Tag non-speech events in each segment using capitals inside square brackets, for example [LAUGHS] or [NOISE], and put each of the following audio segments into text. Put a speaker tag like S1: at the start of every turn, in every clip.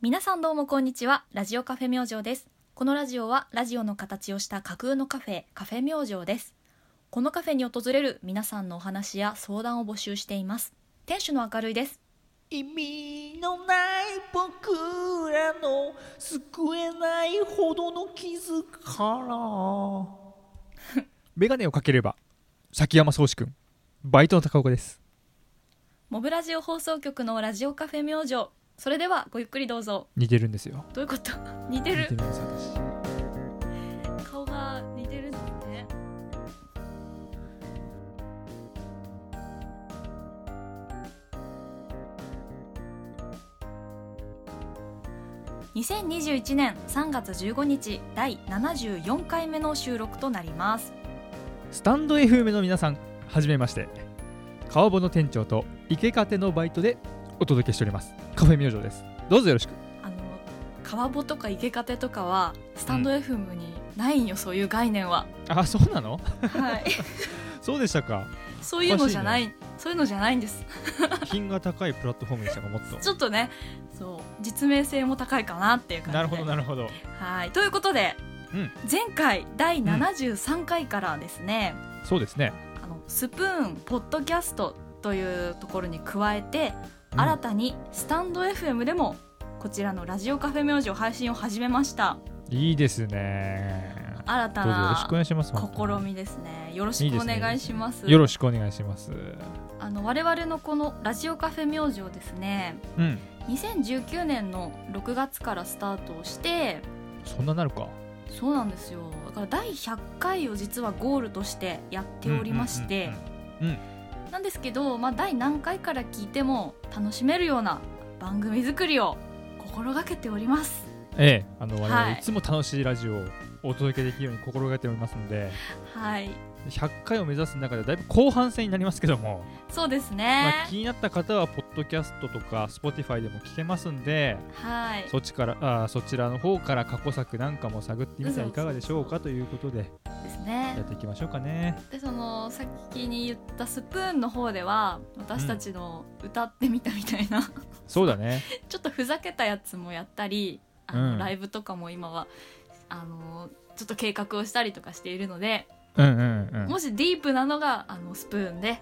S1: 皆さんどうもこんにちはラジオカフェ明星ですこのラジオはラジオの形をした架空のカフェカフェ明星ですこのカフェに訪れる皆さんのお話や相談を募集しています店主の明るいです
S2: 意味のない僕らの救えないほどの傷から
S3: メガネをかければ崎山壮志くんバイトの高岡です
S1: モブラジオ放送局のラジオカフェ明星それではごゆっくりどうぞ
S3: 似てるんですよ
S1: どういうこと似て
S3: 似てる
S1: る
S3: んです私
S1: 顔が似てるんですね2021年3月15日第74回目の収録となります
S3: スタンド FM の皆さんはじめまして川保の店長と池かてのバイトでお届けしておりますカフェ明星ですどうぞよろしく
S1: あの川穂とか池かてとかはスタンド FM にないんよ、そういう概念は、
S3: あそうなの
S1: はい、
S3: そうでしたか
S1: [LAUGHS] そういうのじゃないそういうのじゃないんです
S3: 品が高いプラットフォームでしたかもっ
S1: ちょっとねそう実名性も高いかなっていう感じで
S3: なるほどなるほど
S1: はい、ということで、
S3: うん
S1: 前回第73回からですね、
S3: そうですね、
S1: あのスプーンポッドキャストというところに加えて、
S3: うん
S1: 新たにスタンド FM でもこちらのラジオカフェ明星配信を始めました
S3: いいですね
S1: 新た
S3: どうぞよろし
S1: な
S3: くお願いします本
S1: 試
S3: 当に
S1: みですねよろしくお願いします
S3: よろしくお願いします
S1: あの我々のこのラジオカフェ明星ですね
S3: うん
S1: 2019年の6月からスタートをして
S3: そんななるか
S1: そうなんですよだから第100回を実はゴールとしてやっておりまして、
S3: うんうんうんうん
S1: なんですけど、まあ、第何回から聞いても楽しめるような番組作りを心がけております
S3: ええ、あの
S1: は
S3: 我々
S1: い
S3: いつも楽しいラジオをお届けできるように心がけておりますので、
S1: はい
S3: 100回を目指す中でだいぶ後半戦になりますけども、
S1: そうです
S3: ま
S1: ね、
S3: あ、気になった方はポッドキャストとか Spotify でも聞けますんで
S1: はい
S3: そっちからあそちらの方から過去作なんかも探ってみてはいかがでしょう
S1: そうそうそう
S3: かということで
S1: です
S3: や
S1: ね
S3: っていきましょうかね。
S1: [LAUGHS] でそのさっきに言ったスプーンの方では私たちの歌ってみたみたいな、
S3: そうだね
S1: ちょっとふざけたやつもやったりあの、
S3: うん
S1: ライブとかも今はあのちょっと計画をしたりとかしているので
S3: うんうんうん
S1: もしディープなのがあのスプーンで、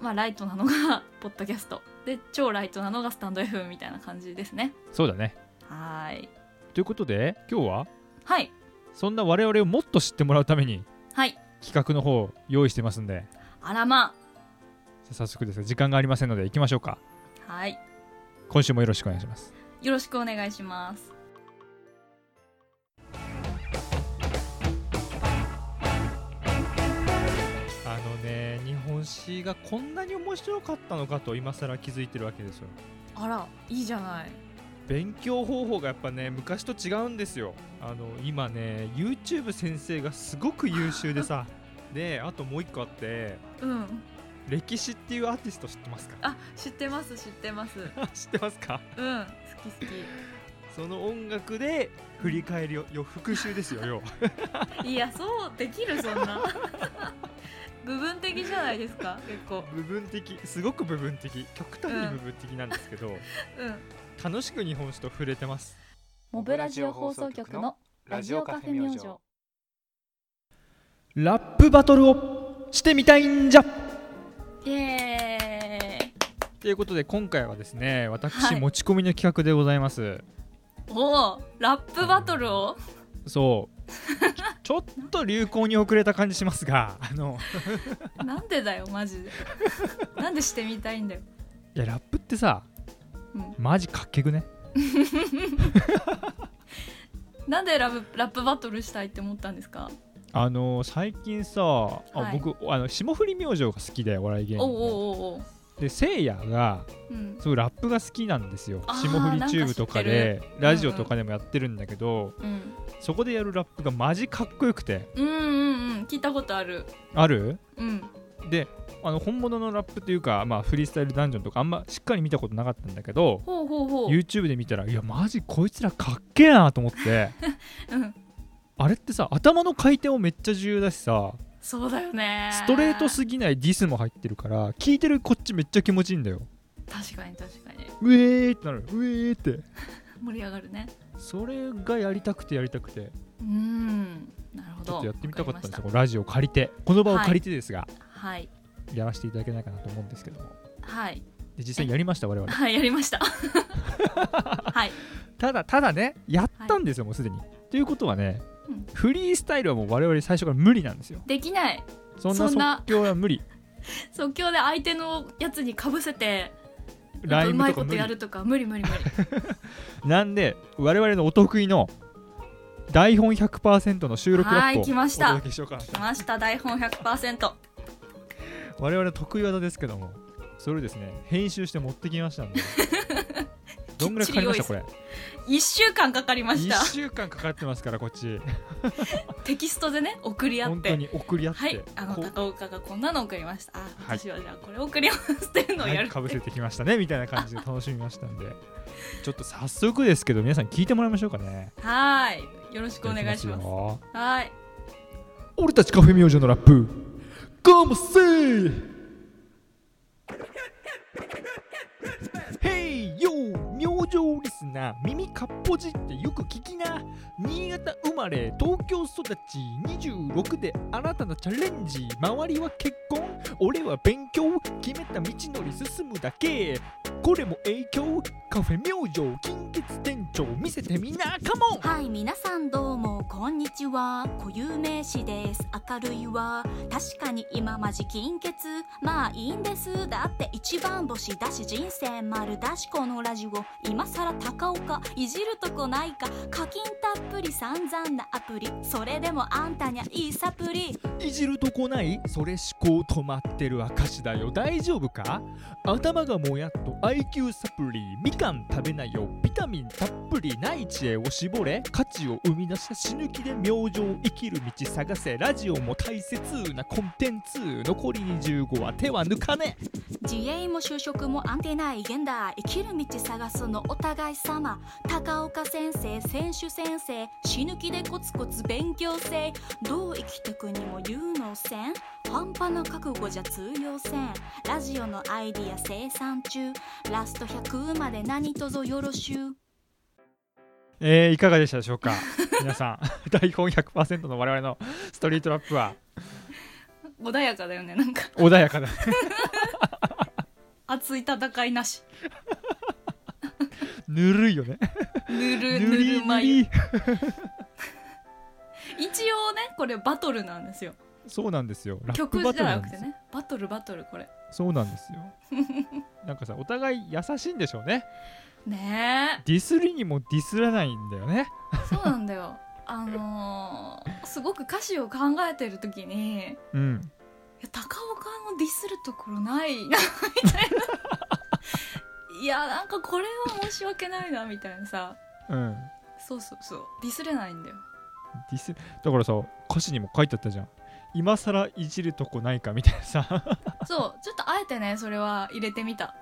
S1: まあ、ライトなのがポッドキャストで超ライトなのがスタンド F みたいな感じですね
S3: そうだね
S1: はーい
S3: ということで今日は
S1: はい
S3: そんな我々をもっと知ってもらうために
S1: はい
S3: 企画の方を用意してますんで
S1: あらま
S3: 早速ですが時間がありませんので行きましょうか
S1: はい
S3: 今週もよろしくお願いします。
S1: よろしくお願いします
S3: あのね日本史がこんなに面白かったのかと今更気づいてるわけですよ
S1: あらいいじゃない
S3: 勉強方法がやっぱね昔と違うんですよあの今ね YouTube 先生がすごく優秀で [LAUGHS] さであともう一個あって
S1: うん
S3: 歴史っていうアーティスト知ってますか [LAUGHS]
S1: あ知ってます知ってます
S3: 知ってますか
S1: うん好き好
S3: その音楽で振り返りをよ復習です [LAUGHS] よよ
S1: きいやそうできるそんな [LAUGHS] 部分的じゃないですか結構
S3: 部分的すごく部分的極端に部分的なんですけど、
S1: うん
S3: 楽しく日本史と触れてます
S1: モブラジオ放送局のラジオカフェ明星
S3: ラップバトルをしてみたいんじゃ
S1: イエーイ
S3: ということで今回はですね私、
S1: はい
S3: 持ち込みの企画でございます
S1: おおラップバトルを
S3: そう
S1: [LAUGHS]
S3: ちょっと流行に遅れた感じしますがあの
S1: なんでだよマジでなんでしてみたいんだよ、
S3: いやラップってさ
S1: うん、
S3: マジかっけくね
S1: なんでラブラップバトルしたいって思ったんですか
S3: あの最近さ、あ
S1: はい
S3: 僕あの霜降り明星が好きでお笑い芸人
S1: おう
S3: の
S1: おうおうおう
S3: でせいやが
S1: うん
S3: そうラップが好きなんですよ
S1: あー
S3: 霜降りチューブとか
S1: なん
S3: で
S1: か知ってる
S3: ラジオとかでもやってるんだけど、
S1: うん
S3: そこでやるラップがマジかっこよくて
S1: うんうんうん聞いたことある
S3: ある
S1: うん
S3: であの本物のラップというか、まあ、フリースタイルダンジョンとかあんましっかり見たことなかったんだけど
S1: ほうほうほう、
S3: YouTube で見たらいやマジこいつらかっけえなと思って
S1: うん、
S3: あれってさ頭の回転もめっちゃ重要だしさ
S1: そうだよね
S3: ストレートすぎないディスも入ってるから聞いてるこっちめっちゃ気持ちいいんだよ
S1: 確かに確かに
S3: うえーってなるうえーって
S1: 盛り上がるね
S3: それがやりたくてやりたくて
S1: うんなるほど
S3: ちょっとやってみたかったん
S1: わ
S3: です
S1: りま
S3: よこのラジオ借りてこの場を
S1: はい
S3: 借りてですが、
S1: したはい
S3: やらせていただけないかなと思うんですけども
S1: はい
S3: で実際にやりました我々
S1: はいやりました [LAUGHS] はい
S3: ただただねやったんですよ、もうすでにということはね、
S1: うん
S3: フリースタイルはもう我々最初から無理なんですよ
S1: できない
S3: そん
S1: そ
S3: なん
S1: な
S3: 即興は
S1: [LAUGHS]
S3: 無理
S1: 即興で相手のやつにかぶせて
S3: ライ
S1: う
S3: ブ
S1: まい
S3: とか
S1: こ
S3: 無
S1: と
S3: 理
S1: やるとか無理無理無理
S3: なんで我々のお得意の台本100%の収録ラ
S1: は
S3: ッ
S1: い
S3: プをお
S1: 来ました
S3: 届けしようかな
S1: 来ました台本100%
S3: 我々の得意技ですけどもそれをですね編集して持ってきました
S1: [LAUGHS]
S3: んでどんぐらいかかりましたこれ
S1: 1週間かかりまし
S3: 1
S1: た
S3: 週間かかってますからこっち
S1: テキストでね送り合っ
S3: 本当
S1: て
S3: に送り合って、
S1: はいあの
S3: こう
S1: 高岡がこんなの送りましたあ
S3: はい
S1: 私はじゃあこれ送りますっていうのをや
S3: は
S1: る
S3: い、かぶせてきまし
S1: [LAUGHS]
S3: たねみたいな感じで楽しみましたんでちょっと早速ですけど皆さん聞いてもらいましょうかね
S1: はーいよろし [LAUGHS] くお願いし
S3: き
S1: ます
S3: よ
S1: はーい
S3: 俺たちカフェ明星のラップガムセーヘイヨー明星リスナー耳かっぽじってよく聞きな新潟生まれ東京育ち26であなたのチャレンジ周りは結婚俺は勉強決めた道のり進むだけこれも影響カフェ明星金欠店長見せてみなカモン
S4: はい皆さんどうもこんにちは固有名詞です明るいわ確かに今まじ金欠まあいいんですだって一番星だし人生丸だしこのラジオ今さら高岡いじるとこないか課金たっぷり散々なアプリそれでもあんたにゃいいサプリ
S3: いじるとこないそれ思考止まってる証だよ大丈夫か頭がもやっと IQ サプリみかん食べなよビタミンたっぷりない知恵を絞れ価値を生み出した死ぬ気で明星生きる道探せラジオも大切なコンテンツ残り25は手は抜かね
S4: 自営も就職も安定ない現代生きる道探すのお互い様高岡先生選手先生死ぬ気でコツコツ勉強せいどう生きてくにも有能せん半端な覚悟じゃ通用せんラジオのアイディア生産中ラスト100まで何とぞよろしゅう
S3: えー、いかがでしたでしょうか [LAUGHS] 皆さん [LAUGHS] 台本100%の我々のストリートラップは
S1: 穏やかだよねなんか
S3: 穏やかだ
S1: [LAUGHS] 熱い戦いなし
S3: [LAUGHS] ぬるいよね
S1: ぬる
S3: ぬ
S1: ぬ
S3: り
S1: る
S3: ぬ
S1: ま湯
S3: り
S1: 一応ねこれバトルなんですよ
S3: そうなんですよラップ
S1: 曲
S3: バ
S1: じ
S3: ト
S1: ゃ
S3: ルな
S1: なんく
S3: です
S1: て
S3: よ
S1: ねバトルバトルこれ
S3: そうなんですよなんかさお互い優しいんでしょうね
S1: ね
S3: ディスりにもディスらないんだよね
S1: えそうなんだよあのー、すごく歌詞を考えてる時にい
S3: うん
S1: や高岡のディスるところないなみたいないやなんかこれは申し訳ないなみたいなさ
S3: うん
S1: そうそうそうディスれないんだよ
S3: ディスだからさ歌詞にも書いてあったじゃん今さらいじるとこないかみたいなさ
S1: そうちょっとあえてねそれは入れてみた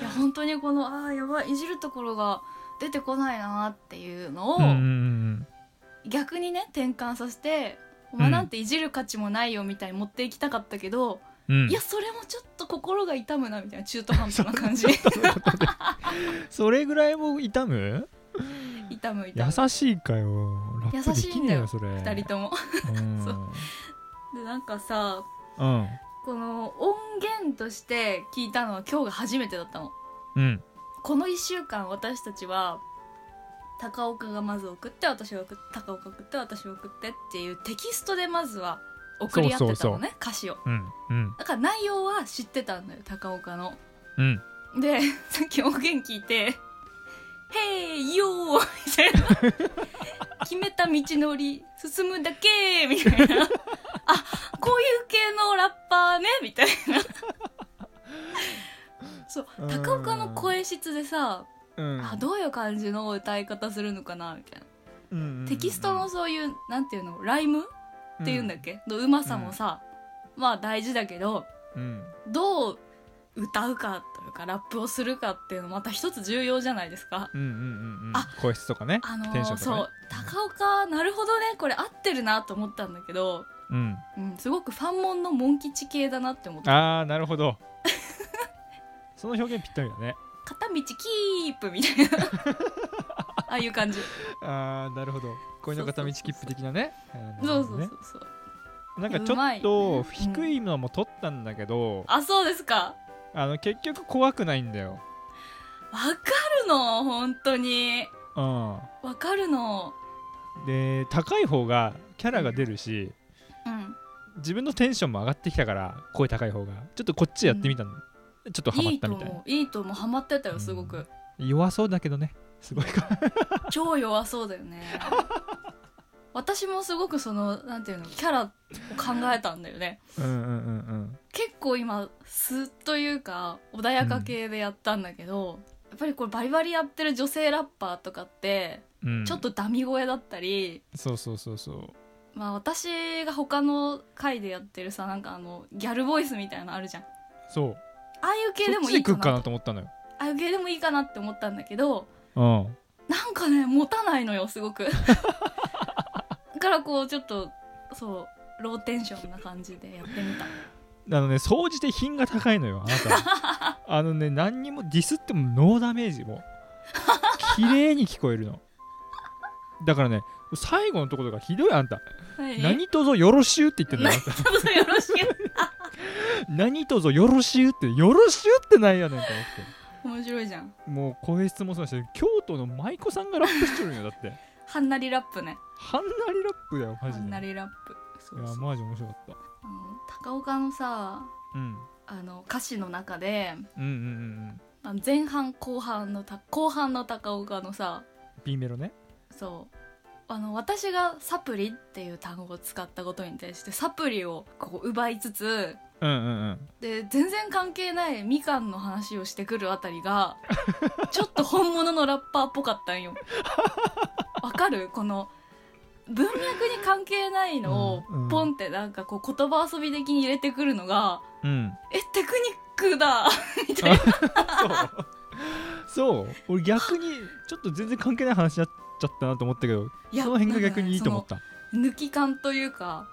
S1: いや本当にこのああやばいいじるところが出てこないなっていうのを、
S3: うんうんうん
S1: 逆にね転換させてお前
S3: うん
S1: なんていじる価値もないよみたいに持っていきたかったけど、
S3: うん
S1: いやそれもちょっと心が痛むなみたいな中途半端な感じ
S3: それぐらいも痛む
S1: [LAUGHS] 痛む痛む
S3: 優しいかよラップできねえよ
S1: 優
S3: それ
S1: 2人とも [LAUGHS]
S3: うん
S1: そうでなんかさ
S3: うん
S1: この音源として聞いたのは今日が初めてだったの
S3: うん
S1: この1週間私たちは高岡がまず送って私が送って高岡送って私が送ってっていうテキストでまずは送り合ってたのね
S3: そうそうそ
S1: 歌詞を
S3: うんうん
S1: だから内容は知ってたんだよ高岡の
S3: うん
S1: でさっき音源聞いて「へいよー」みたいな「決めた道のり進むだけ」みたいな「あこういう系のラッパーね」みたいなそう
S3: うん
S1: 高岡の声質でさ
S3: うん
S1: あどういう感じの歌い方するのかなみたいな
S3: うんうんうん
S1: テキストのそういうなんていうのライムっていうんだっけのうまさもさまあ大事だけど
S3: うん
S1: どう歌うかというかラップをするかっていうのまた一つ重要じゃないですか。
S3: うんうんうんうん
S1: あ
S3: 声質とかね
S1: あのー
S3: テンションとかね
S1: そう高岡なるほどねこれ合ってるなと思ったんだけど、
S3: うん
S1: うん、すごくファンモンのモン吉系だなって思った
S3: [LAUGHS] あーなるほどその表現ぴったりだね
S1: 片道キープみたいな
S3: [LAUGHS]
S1: ああいう感じ
S3: あーなるほど恋の片道切符的なね
S1: そうそうそう
S3: う
S1: そう
S3: なんかちょ
S1: うまい
S3: っと低いのも取ったんだけど、
S1: あそうですか
S3: あの結局怖くないんだよ
S1: わかるの本当に
S3: うん
S1: わかるの
S3: で高い方がキャラが出るし
S1: うん
S3: 自分のテンションも上がってきたから声高い方がちょっとこっちやってみたの、ちょっとハマ
S1: い
S3: っ
S1: い
S3: た
S1: と
S3: みたいな
S1: 思ういいと思うハマってたよすご
S3: う
S1: く
S3: 弱そうだけどねすごいか
S1: 超弱そうだよね私もすごくそのなんていうのキャラを考えたんだよね
S3: うんうんうん
S1: 結構今素というか穏やか系でやったんだけど、やっぱりこれバリバリやってる女性ラッパーとかって
S3: うんうん
S1: ちょっとダミ声だったり、
S3: そうそうそうそう
S1: まあ私が他の回でやってるさなんかあのギャルボイスみたいなのあるじゃんあ
S3: そう
S1: あいう系で
S3: そっ
S1: も
S3: ち
S1: い
S3: で
S1: いか
S3: 来る
S1: な
S3: かなと思ったのよ
S1: ああいう系でもいいかなって思ったんだけど
S3: うん
S1: なんかね持たないのよすごく [LAUGHS] だからこうちょっとそうローテンションな感じでやってみた
S3: あのね、総じて品が高いのよ、あなた。あのね、何にもディスってもノーダメージも。綺麗に聞こえるの。だからね、最後のところがひどいあんた。何とぞよろしゅうって言ってんのよ。あんた
S1: ちょっとよろしい
S3: 何とぞよろしゅうって、よろしゅうってないやねんと思
S1: 面白いじゃん
S3: って。もう声質もそうだし、京都の舞妓さんがラップしてるんよ、だ [LAUGHS] って。
S1: はんなりラップね
S3: はんなりラップだよ、マ
S1: は
S3: ジ
S1: ん
S3: で。
S1: ないりラップそう
S3: や、
S1: そう
S3: マジ面白かった。
S1: あの高岡のさ
S3: うん。
S1: あの歌詞の中で
S3: うんうんうんうん。
S1: あの前半後半のた後半の高岡のさ
S3: B メロね。
S1: そうあの私が「サプリ」っていう単語を使ったことに対してサプリをこう奪いつつ
S3: うんうんうん。
S1: で全然関係ないみかんの話をしてくるあたり
S3: [LAUGHS]
S1: がちょっと本物のラッパーっぽかったんよ。わかるこの文脈に関係ないのを
S3: うんうん
S1: ポンってなんかこう言葉遊び的に入れてくるのが
S3: うん。
S1: えテクニックだみたいな
S3: そう俺逆にちょっと全然関係ない話になっちゃったなと思ったけど
S1: いや
S3: その辺が逆にいいと思った、
S1: なんかねその抜き感というか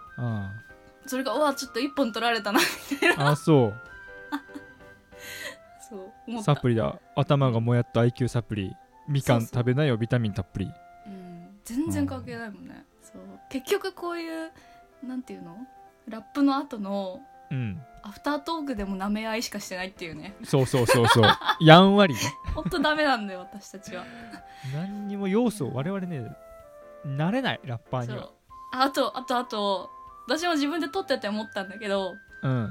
S1: それがうわちょっと一本取られたな [LAUGHS]
S3: うん、あ [LAUGHS] そう
S1: そう思った
S3: サプリだ頭がもやっと IQ サプリみかん
S1: そうそう
S3: 食べなよビタミンたっぷり
S1: うん、全然関係ないもんね、そう結局こういうなんていうのラップの後の
S3: うん
S1: アフタートークでも舐め合いしかしてないっていうね
S3: そうそうそうそうやんわりね
S1: ほんとダメなんだよ私たちは
S3: 何にも要素を我々ね慣れないラッパー
S1: そ
S3: に
S1: う
S3: は
S1: ああとあとあと私も自分で撮ってて思ったんだけど
S3: うん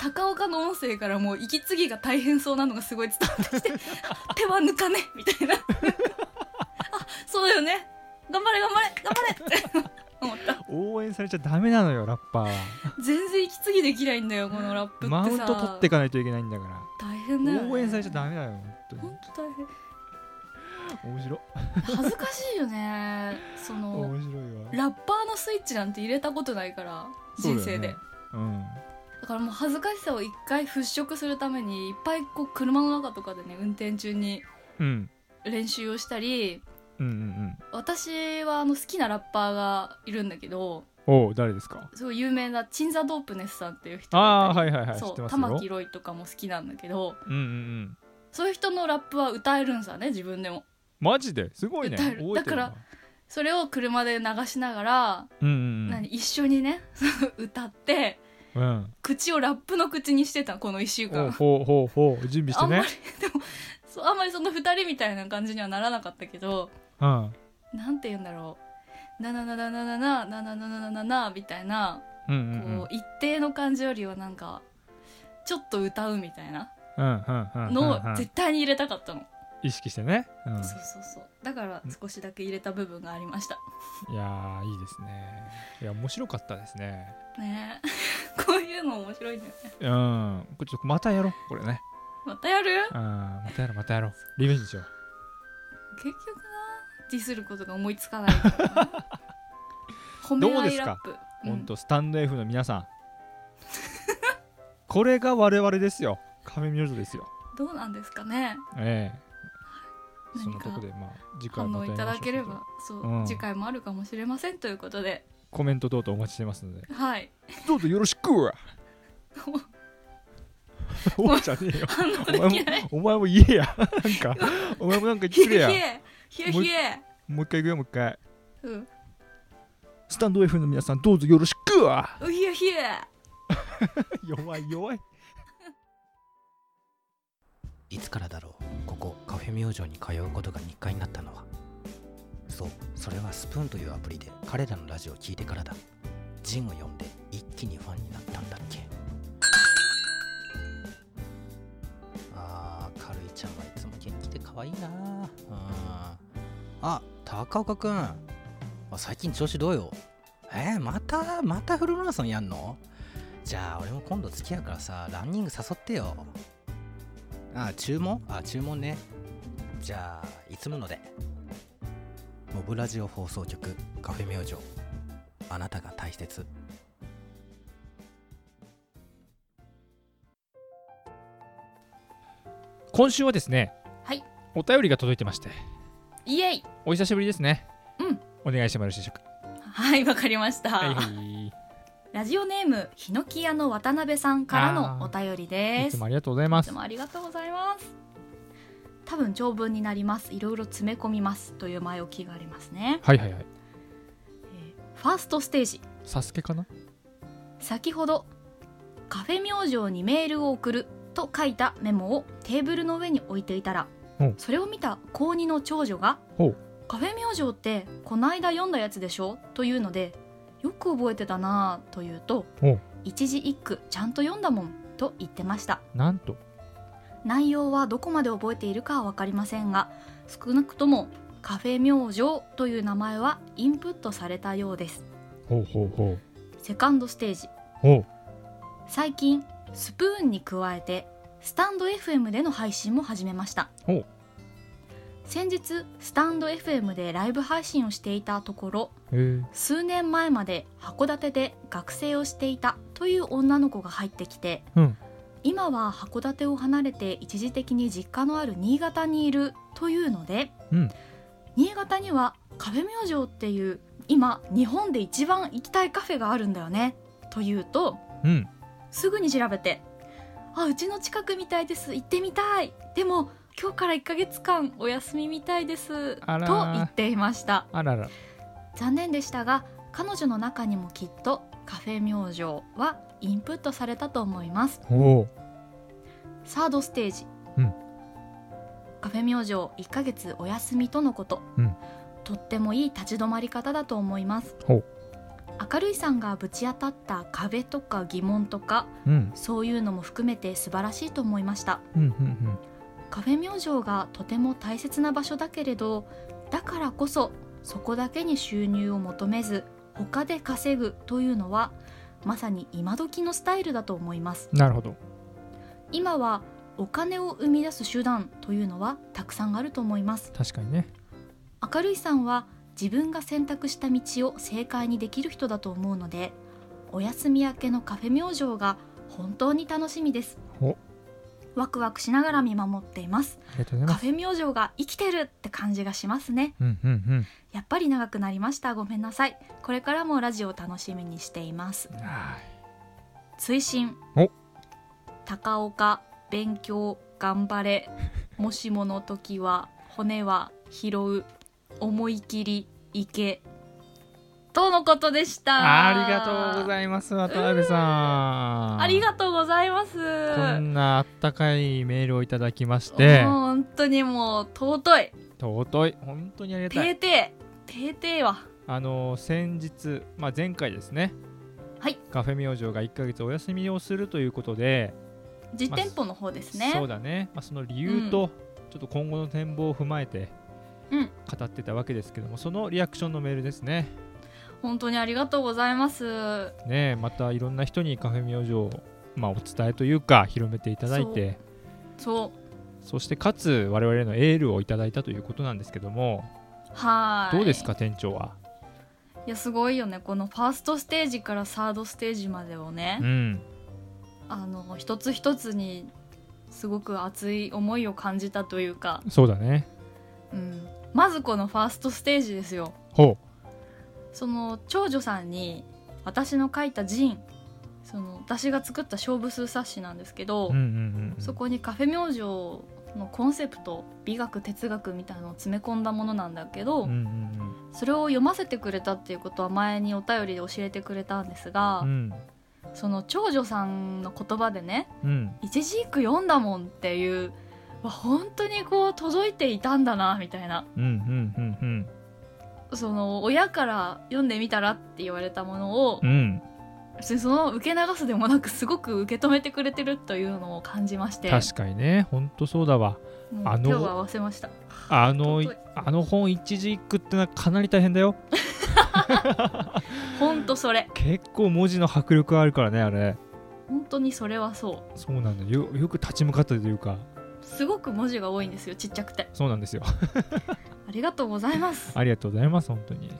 S1: 高岡の音声からもう息継ぎが大変そうなのがすごい伝わってきて
S3: [LAUGHS]
S1: あ手は抜かねみたいなあそうだよね頑張れ頑張れ頑張れって思った
S3: 応援されちゃダメなのよラッパーは
S1: 全然息継ぎできないんだよこのラップってさ
S3: マウント取ってかないといけないんだか
S1: 大変だよ、
S3: ら
S1: ね、
S3: 応援されちゃダメだよ本
S1: 本当大変
S3: 当に面白
S1: 恥ずかしいよねその
S3: 面白いわ
S1: ラッパーのスイッチなんて入れたことないから
S3: そ
S1: 人
S3: うだ
S1: 生
S3: よ
S1: で
S3: ね
S1: だ,、
S3: うん
S1: からもう恥ずかしさを一回払拭するためにいっぱいこう車の中とかでね運転中に
S3: うん
S1: 練習をしたり
S3: うんうん
S1: 私はあの好きなラッパーがいるんだけど
S3: うんおう誰ですか
S1: すごい有名なチンザ・ドープネスさんっていう人が
S3: ああ
S1: い
S3: ーはいはいは
S1: たり
S3: い知って
S1: そう
S3: ますよ
S1: 玉木ロイとかも好きなんだけど
S3: うんうんうん
S1: そういう人のラップは歌えるんさね自分でも
S3: マジですごいね
S1: 歌える
S3: 覚えてるな
S1: だかそれを車で流しながら、
S3: うんうん
S1: 何一緒にね [LAUGHS] 歌って
S3: うんうん
S1: 口をラップの口にしてたこの1週
S3: ほ
S1: 間
S3: うほうほうほう準備し
S1: あ
S3: て
S1: んま
S3: ね
S1: りでもそうあんまりその2人みたいな感じにはならなかったけど
S3: うん
S1: なんて言うんだろう「なななななななななななななな」みたいな
S3: うんう
S1: こ
S3: んうん
S1: う一定の感じよりはなんかちょっと歌うみたいな
S3: うんうんうんうん
S1: のを
S3: うん
S1: 絶対に入れたかったの
S3: 意識してねうん
S1: そうそうそうだから少しだけ入れた部分がありました
S3: いやーいいですねいや面白かったですね
S1: ねえこういうの面白いんだよね
S3: うんこれちょっとまたやろうこれね
S1: またやる
S3: うんまたやろうまたやろうリベンジしよう
S1: 結局なディスることが思いつかないからな褒め合いラップ
S3: ほ
S1: うん
S3: んとスタンド F の皆さんこれが我々ですよ亀明星ですよ
S1: どうなんですかね
S3: ええそ
S1: 何
S3: んなと
S1: か
S3: こでまあ次回
S1: 反
S3: ま
S1: 応
S3: た
S1: い
S3: やり
S1: た
S3: ま
S1: だ
S3: しょう
S1: ければそう、
S3: うん
S1: 次回もあるかもしれませんということで
S3: コメント [LAUGHS] 等々お待ちしてますので
S1: はい
S3: どうぞよろしくおうじゃねえよ
S4: 反応で
S3: お前
S4: き
S3: も
S4: ない
S3: お前も言えやなんかお前もなんか
S4: ひ
S3: 言
S4: えひ
S3: ってくれや
S4: えひえひえ
S3: もう一回いくよもう一回
S4: うん
S3: スタンド F の皆さんどうぞよろしくわ
S4: うひえひえ
S3: [LAUGHS] 弱い弱い
S5: いつからだろうここカフェ明星に通うことが日課になったのはそうそれはスプーンというアプリで彼らのラジオを聞いてからだジンを呼んで一気にファンになったんだっけあーかるいちゃんはいつも元気で可愛いなうんあ高岡くんあ最近調子どうよえー、またまたフルマラソンやんのじゃあ俺も今度付き合うからさランニング誘ってよあ注文あ注文ねじゃあいつものでモブラジオ放送局カフェ明星あなたが大切
S3: 今週はですね
S1: はい
S3: お便りが届いてまして
S1: イエイ
S3: お久しぶりですね
S1: うん
S3: お願いしてもよろしいでしょう
S1: はいわかりました、
S3: かはいはい
S1: ラジオネームヒノキ屋の渡辺さんからのお便り
S3: い
S1: で
S3: つ
S1: す
S3: もありがとうございま
S1: い
S3: す
S1: つもありがとうございます多分長文になりますいろいろ詰め込みますという前置きがありますね、
S3: はいはいはい
S1: えーファーストステージ
S3: サスケかな
S1: 先ほどカフェ明星にメールを送ると書いたメモをテーブルの上に置いていたら
S3: うん
S1: それを見た高2の長女が
S3: ほう
S1: 「カフェ明星ってこないだ読んだやつでしょ?」というので「よく覚えてたなぁ」と言うと
S3: ほう
S1: 「一字一句ちゃんと読んだもん」と言ってました
S3: なんと
S1: 内容はどこまで覚えているかは分かりませんが少なくともカフェ明星という名前はインプットされたようです
S3: ほうほうほう
S1: セカンドステージ
S3: ほう
S1: 最近スプーンに加えてスタンド FM での配信も始めました
S3: ほう
S1: 先日スタンド FM でライブ配信をしていたところ
S3: へえ
S1: 数年前まで函館で学生をしていたという女の子が入ってきて、
S3: うん
S1: 今は函館を離れて一時的に実家のある新潟にいるというので、
S3: うん
S1: 新潟にはカフェ明星っていう今日本で一番行きたいカフェがあるんだよねというと
S3: うん
S1: すぐに調べて「あうちの近くみたいです行ってみたい」でも今日から1ヶ月間お休みみたいですと
S3: あらー
S1: 言っていました
S3: あらら
S1: 残念でしたが彼女の中にもきっとカフェ明星はインプットされたと思います
S3: ほ
S1: サードステージ、
S3: うん
S1: カフェ明星1ヶ月お休みとのこと、
S3: うん
S1: とってもいい立ち止まり方だと思います
S3: ほう
S1: 明るいさんがぶち当たった壁とか疑問とか
S3: ううん
S1: そういうのも含めて素晴らしいと思いました
S3: うんうん
S1: カフェ明星がとても大切な場所だけれどだからこそそこだけに収入を求めず他で稼ぐというのはまさに今時のスタイルだと思います
S3: うんなるほど
S1: 今はお金を生み出す手段というのはたくさんあると思います
S3: 確かにね
S1: 明るいさんは自分が選択した道を正解にできる人だと思うのでお休み明けのカフェ明星が本当に楽しみです
S3: お
S1: ワクワクしながら見守っています
S3: ありがとうござ
S1: カ
S3: います
S1: フェ明星が生きてるって感じがしますね
S3: うんうん
S1: やっぱり長くなりましたごめんなさいこれからもラジオを楽しみにしています
S3: うんはい
S1: 追伸
S3: お
S1: 高岡勉強頑張
S3: [LAUGHS]
S1: れもしもの時は骨は拾う思い切りいけとのことでした
S3: ありがとうご
S1: い
S3: ざいます渡辺さん
S1: ありがとうございます
S3: こんなあったかいメールをいただきまして
S1: もう本当にもう尊い
S3: 尊い本当にありが
S1: ペ
S3: たい
S1: ーテーペーテーは
S3: あの先日、まあ、前回ですね
S1: はい
S3: カフェ明星が1ヶ月お休みをするということで、
S1: 実店舗の方ですね、
S3: そうだね、まあ、その理由と、ちょっと今後の展望を踏まえて
S1: うん
S3: 語ってたわけですけども、そのリアクションのメールですね
S1: 本当にありがとうございます
S3: ねえまたいろんな人にカフェ明星を、まあ、お伝えというか広めていただいて
S1: そう
S3: そしてかつ我々へのエールをいただいたということなんですけども、
S1: はーい
S3: どうですか店長は、
S1: いやすごいよねこのファーストステージからサードステージまでをね、
S3: うん、
S1: あの一つ一つにすごく熱い思いを感じたというか、
S3: そうだね
S1: うん、まずこのファーストステージですよ
S3: ほ
S1: その長女さんに私の書いたジンその私が作った勝負数冊子なんですけど、
S3: うんうんうん
S1: そこにカフェ明星のコンセプト美学哲学みたいなのを詰め込んだものなんだけど、
S3: うんうん
S1: それを読ませてくれたっていうことは前にお便りで教えてくれたんですが、
S3: うん
S1: その長女さんの言葉でね
S3: うん
S1: 「一字一句読んだもん」っていうわ本当にこう届いていたんだなみたいな
S3: うんうんうんうん
S1: その親から読んでみたらって言われたものを
S3: うん
S1: 別にその受け流すでもなくすごく受け止めてくれてるというのを感じまして
S3: 確かにねほんとそうだわ
S1: もう
S3: あの
S1: 手を合わせました
S3: あの
S1: 尊い
S3: あの本一字一句ってのはかなり大変だよ
S1: 本当それ
S3: 結構文字の迫力あるからねあれ
S1: 本当にそれはそう
S3: そうなんだよよく立ち向かったというか
S1: すごく文字が多いんですよちっちゃくて
S3: そうなんですよ
S1: ありがとうございます
S3: ありがとうございます本当に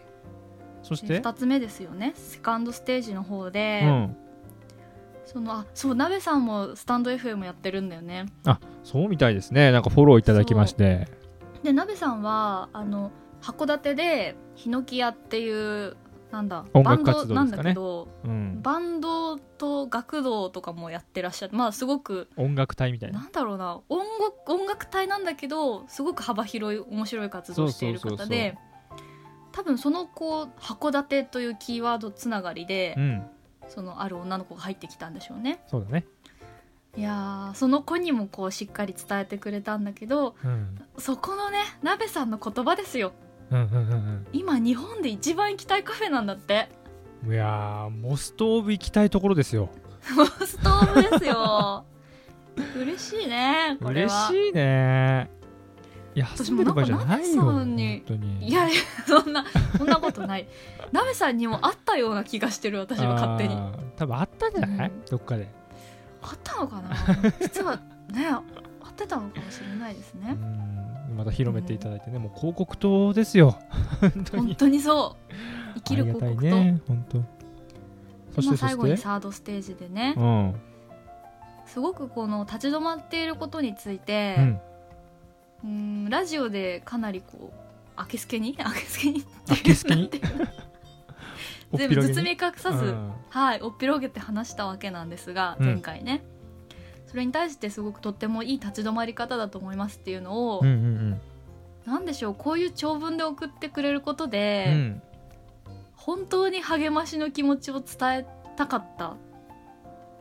S3: そして
S1: 2つ目ですよねセカンドステージの方で、
S3: うん
S1: そのあそう鍋さんもスタンド FM やってるんだよね
S3: そうみたいですねなんかフォローいただきまして
S1: で鍋さんはあの函館でヒノキ屋っていうなんだ
S3: 音楽活動
S1: バンドなん
S3: ですかね
S1: だけど
S3: うん
S1: バンドと学童とかもやってらっしゃってまあすごく
S3: 音楽隊みたいな
S1: なんだろうな音楽音楽隊なんだけどすごく幅広い面白い活動をしている
S3: そうそ
S1: 方
S3: うそうそう
S1: で多分そのこう函館というキーワードつながりで、
S3: うん
S1: そのある女の子が入ってきたんでしょうね
S3: そうだね
S1: いやーその子にもこうしっかり伝えてくれたんだけど
S3: うん
S1: そこのね鍋さんの言葉ですよ
S3: うんうんうん
S1: 今日本で一番行きたいカフェなんだ
S3: [LAUGHS]
S1: って
S3: うんいやーモストオブ行きたいところですよ
S1: もうストーブですよ嬉しいねこれ
S3: 嬉
S1: は
S3: しいね休
S1: 私
S3: ん
S1: も
S3: で
S1: な
S3: る
S1: ん
S3: 場
S1: か
S3: 合じゃないよ
S1: ナミさんに
S3: 本当に
S1: いやいやそんなそんなことないナメさんにも会ったような気がしてる私は勝手にあ
S3: あー多分あったんじゃない、
S1: うん
S3: どっかで、
S1: ったのかな実はね会ってたのかもしれないです
S3: う
S1: ね
S3: んまた広めていただいてね、もう広告塔ですよ [LAUGHS] 本当
S1: 本
S3: に
S1: 当にそう生きる広告と、
S3: ありがたいね本当そし
S1: まあ
S3: てそ
S1: 最後に
S3: して
S1: サードステージでね
S3: うん、
S1: すごくこの立ち止まっていることについて、
S3: うん、
S1: うーんラジオでかなりこうあけすけにあけすけに
S3: あけすけ
S1: なん
S3: に
S1: て
S3: おっ
S1: 全
S3: ぴ
S1: 部
S3: ろげに
S1: 包み隠さず、
S3: うん
S1: はいおっぴろげて話したわけなんですが
S3: うん
S1: 前回ね、それに対してすごくとってもいい立ち止まり方だと思いますっていうのを、
S3: うんうん
S1: なんでしょうこういう長文で送ってくれること
S3: う
S1: で、
S3: ん
S1: 本当に励ましの気持ちを伝えたかった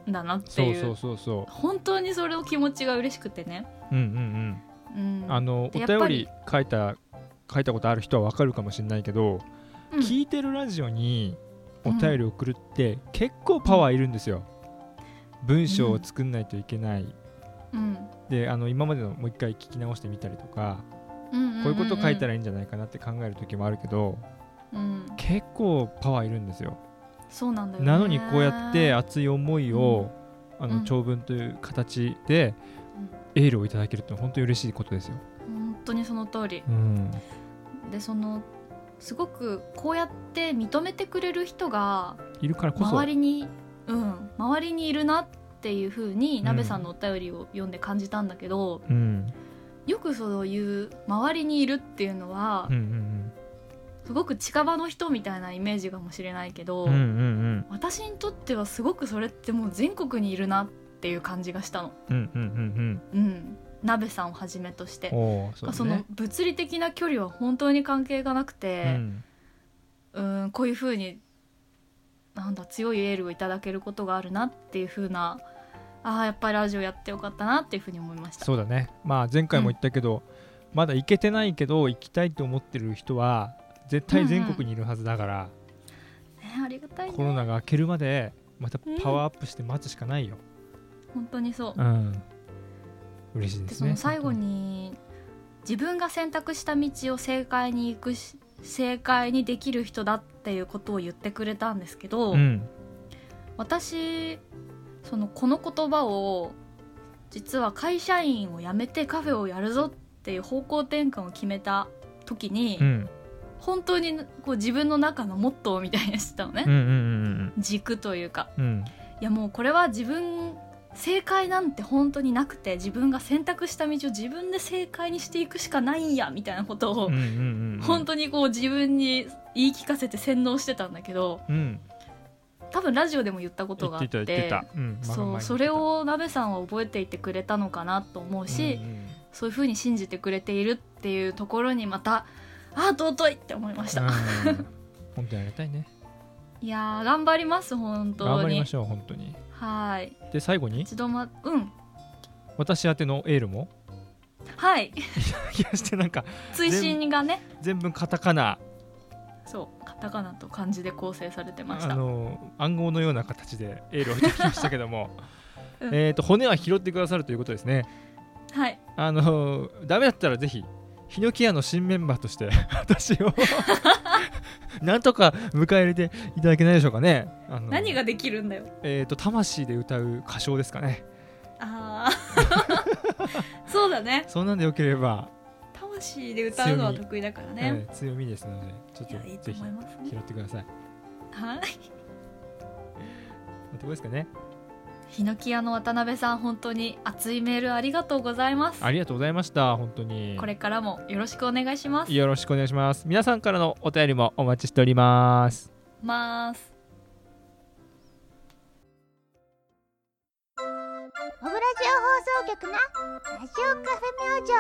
S1: んだなって
S3: そ
S1: いう
S3: うそうそうそ
S1: 本当にそれを気持ちが嬉しくてね、
S3: ううんうん
S1: うん
S3: うんあのお
S1: でやっ
S3: 便
S1: ぱ
S3: り
S1: り
S3: 書いた書いたことある人はわかるかもしれないけど、
S1: うん
S3: 聞いてるラジオにお便り送るって結構パワーいるんですよ、文章を作んないといけない、
S1: うん
S3: であの今までのもう一回聞き直してみたりとか、
S1: うんんんん
S3: こういうこと書いたらいいんじゃないかなって考える時もあるけど
S1: うん、
S3: 結構パワーいるんですよ
S1: そうなんだよね
S3: なのにこうやって熱い思いを、あ
S1: う
S3: の
S1: ん
S3: 長文という形でエールをいただけるって本当に嬉しいことですよ。
S1: 本当にその通り
S3: うん、
S1: でそのすごくこうやって認めてくれる人が
S3: いるからこそ
S1: 周りにうん周りにいるなっていう風に
S3: ん
S1: 鍋さんのお便りを読んで感じたんだけど、
S3: うん
S1: よくそういう周りにいるっていうのは、
S3: うんうん
S1: すごく近場の人みたいなイメージかもしれないけど、
S3: うんうんうん
S1: 私にとってはすごくそれってもう全国にいるなっていう感じがしたの。
S3: うんうん
S1: う
S3: うん
S1: ん、鍋さんをはじめとして
S3: うんおおそ
S1: そう
S3: だね
S1: の物理的な距離は本当に関係がなく
S3: う
S1: て、
S3: ん
S1: うん、こういうふうになんだ強いエールをいただけることがあるなっていうふうなああやっぱりラジオやってよかったなっていうふうに思いました。
S3: そうだねまあ前回も言ったけど、まだ行けてないけど行きたいと思ってる人は絶対全国にいるはずだから、
S1: ね、ありがたい
S3: コロ
S1: ね
S3: ナが明けるまでまたパワーアップして待つしかないよ。
S1: 本当にそう。
S3: うん、嬉しいで
S1: ですそ
S3: ね。
S1: の最後に自分が選択した道を正解に行くし正解にできる人だっていうことを言ってくれたんですけど、
S3: うん
S1: 私そのこの言葉を実は会社員を辞めてカフェをやるぞっていう方向転換を決めた時に、
S3: うん
S1: 本当にこう自分の中のモットーみたいにしてたのね、
S3: うんうん
S1: 軸というか
S3: うんうん
S1: いやもうこれは自分正解なんて本当になくて自分が選択した道を自分で正解にしていくしかないんやみたいなことを、
S3: うんうんうんうん
S1: 本当にこう自分に言い聞かせて洗脳してたんだけど
S3: うん
S1: 多分ラジオでも言ったこと
S3: 言っ
S1: があ
S3: て
S1: ったて
S3: 言ってた、うん、まあまあ
S1: そ
S3: まあ
S1: うそれをなべさんは覚えていてくれたのかなと思うし、
S3: うんうん
S1: そういうふうに信じてくれているっていうところにまたああ尊いって思いました、
S3: うん本当にありがたいね
S1: いやー頑張ります本
S3: 頑
S1: 当
S3: 張りま
S1: に
S3: しょう本当に
S1: はい
S3: で最後に
S1: 一度まうん
S3: 私宛てのエールも [LAUGHS]
S1: はい
S3: いやしてなんか
S1: 追伸がね
S3: 全部カタカナ
S1: そうカタカナと漢字で構成されてまし
S3: あ
S1: た
S3: の暗号のような形でエールをいただきましたけども
S1: [LAUGHS] うん
S3: えーと骨は拾ってくださるということですね
S1: はい
S3: あのダメだったらぜひヒノキ屋の新メンバーとして [LAUGHS] 私をなんとか迎え入れていただけないでしょうかねあの
S1: 何ができるんだよ
S3: えーと魂で歌う歌唱ですかね
S1: あ
S3: [LAUGHS]
S1: ーそうだね
S3: そんなんでよければ、
S1: 魂で歌うのは得意だからね、
S3: えー強みですのでちょっ
S1: いや
S3: と
S1: いいと
S3: ぜひ
S1: 思います
S3: 拾
S1: ね
S3: ってください
S1: はい
S3: ってことですかね
S1: ヒノキ屋の渡辺さん本当に熱いメールありがとうございます
S3: ありがとうございました本当に
S1: これからもよろしくお願いします
S3: よろしくお願いします皆さんからのお便りもお待ちしております
S1: ます
S6: オブラジオ放送局のラジオカフェ明星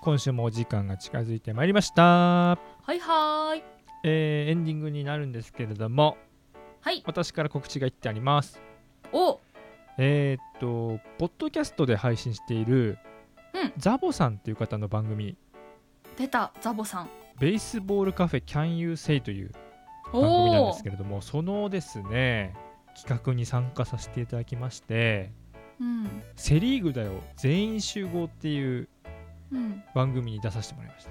S3: 今週もお時間が近づいてまいりました、
S1: はいはーい
S3: えーエンディングになるんですけれども
S1: はい
S3: 私から告知が1ってあります
S1: お
S3: えーっとポッドキャストで配信している、
S1: うん
S3: ザボさんっていう方の番組
S1: 出たザボさん
S3: ベースボールカフェ Can You Say という番組なん
S1: お
S3: で
S1: お
S3: すけれどもそのですね企画に参加させていただきまして
S1: うん
S3: セ・リーグだよ全員集合っていう
S1: うん
S3: 番組に出させてもらいました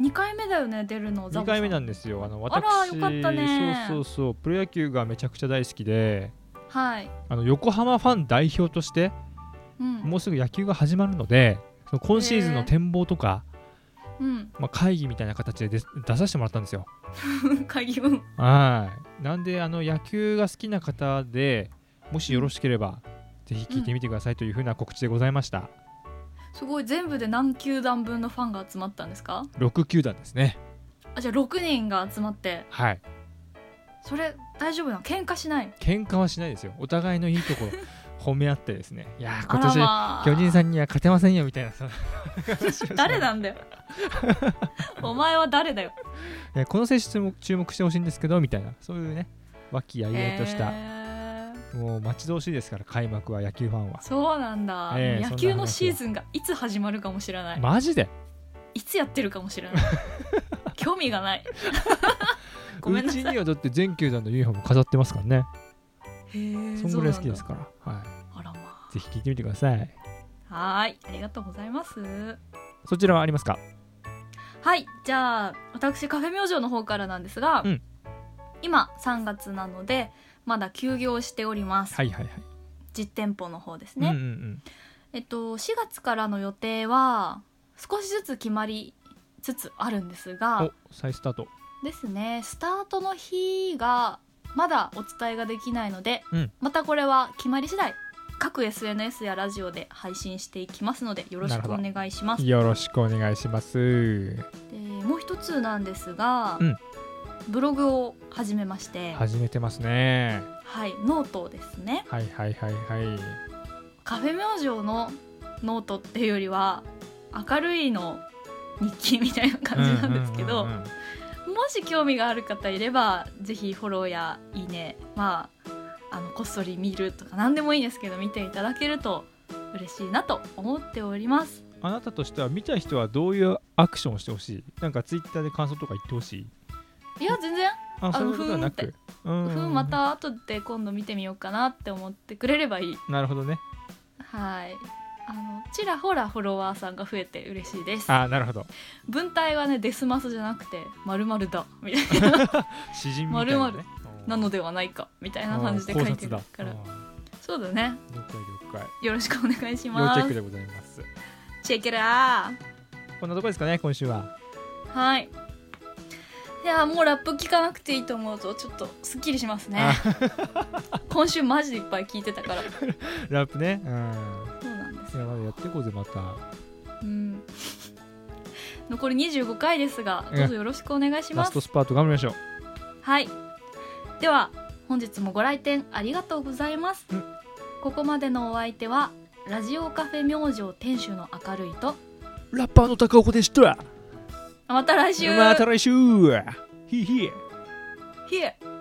S1: 二回目だよね出るのザボさ
S3: 2
S1: ん
S3: 回目なんですよあの
S1: あ
S3: 私
S1: らよかったね
S3: そうそうそうプロ野球がめちゃくちゃ大好きで
S1: はい
S3: あの横浜ファン代表として
S1: うん
S3: もうすぐ野球が始まるのでその今シーズンの展望とか、
S1: うん
S3: まあ、会議みたいな形で出出させてもらったんですよ。
S1: 鍵うん
S3: はいなんであの野球が好きな方でもしよろしければ、ぜひ聞いてみてくださいというふうな告知でございました、
S1: すごい全部で何球団分のファンが集まったんですか
S3: 6球団ですね
S1: あじゃあ六人が集まって
S3: はい
S1: それ大丈夫なの喧嘩しない
S3: 喧嘩はしないですよお互いのいいと
S1: [LAUGHS]
S3: ころ褒め合ってですねいやー
S1: あ
S3: 今
S1: ら
S3: 年
S1: まあ
S3: 巨人さんには勝てませんよみたいなさ
S1: 誰なん
S3: [LAUGHS]
S1: だよお前は誰だよ
S3: いやこの選手注目注目してほしいんですけどみたいなそういうね和気あいあいとした、
S1: へー
S3: もう待ち遠しいですから開幕は野球ファンは
S1: そうなんだ、
S3: ええ
S1: 野球
S3: そんな話
S1: の
S3: は
S1: シーズンがいつ始まるかもしれない、
S3: マジで
S1: いつやってるかもし
S3: [LAUGHS]
S1: れない興味がないごめん
S3: う
S1: なさ
S3: ち
S1: い
S3: にはだって全球団のユニフォーム飾ってますからね
S1: へー
S3: そんぐらい好きです
S1: そ
S3: から、は
S1: うなんだあらま
S3: い、ぜひ聞いてみてください
S1: あはーいありがとうございます
S3: そちらはありますか
S1: はいじゃあ私カフェ明星の方からなんですが、
S3: うん
S1: 今3月なのでまだ休業しております、
S3: はいはいはい
S1: 実店舗の方です
S3: うん
S1: ね、
S3: うんうん
S1: えっと4月からの予定は少しずつ決まりつつあるんですが
S3: お再スタート
S1: ですねスタートの日がまだお伝えができないので、
S3: うん
S1: またこれは決まり次第各 SNS やラジオで配信していきますのでよろし
S3: な
S1: く
S3: る
S1: お
S3: ほど
S1: 願いしますで
S3: よろしくお願いします
S1: もう一つなんですが、
S3: うん
S1: ブログを始めまして、はい
S3: 始めてますね
S1: ノートですね
S3: はいはいはいはい
S1: カフェ明星のノートっていうよりは明るいの日記みたいな感じなんですけど、
S3: うんうんうんうん
S1: もし興味がある方いればぜひフォローやいいねまああのこっそり見るとか何でもいいんですけど見ていただけると嬉しいなと思っております
S3: あなたとしては見た人はどういうアクションをしてほしいなんかツイッターで感想とか言ってほしい
S1: いや全然
S3: あそういうことはな
S1: ふーん
S3: く
S1: ふ
S3: うん
S1: んまた後で今度見てみようかなって思ってくれればいい
S3: なるほどね
S1: はいあのちらほらフォロワーさんが増えて嬉しいです
S3: あなるほど
S1: 文体はねデスマスじゃなくて「まるだ」みたい
S3: 詩人みたいなね
S1: ななのではないかみたいな感じで書いてるから
S3: うん考察だ
S1: そうだね
S3: うん了解了解
S1: よろしくお願いし
S3: 要
S1: ま
S3: チェック
S1: す
S3: でございます
S1: チェックラー
S3: こんなとこですかね今週は
S1: はい。いやもうラップ聞かなくていいと思うとちょっとすっきりしますね。 [LAUGHS] 今週マジでいっぱい聞いてたから。そ
S3: ラップねうん
S1: うなんです。
S3: いやまだやっていこうぜまた
S1: うん。残り25回ですがどうぞよろしくお願いしま
S3: ラ
S1: す
S3: ストスパート頑張りましょう
S1: はい。では本日もご来店ありがとうございます。
S3: うん
S1: ここまでのお相手はラジオカフェ明星店主の明るいと
S3: ラッパーの高岡でした
S1: あまた来週。
S3: また来週ヒーヒー
S1: Here.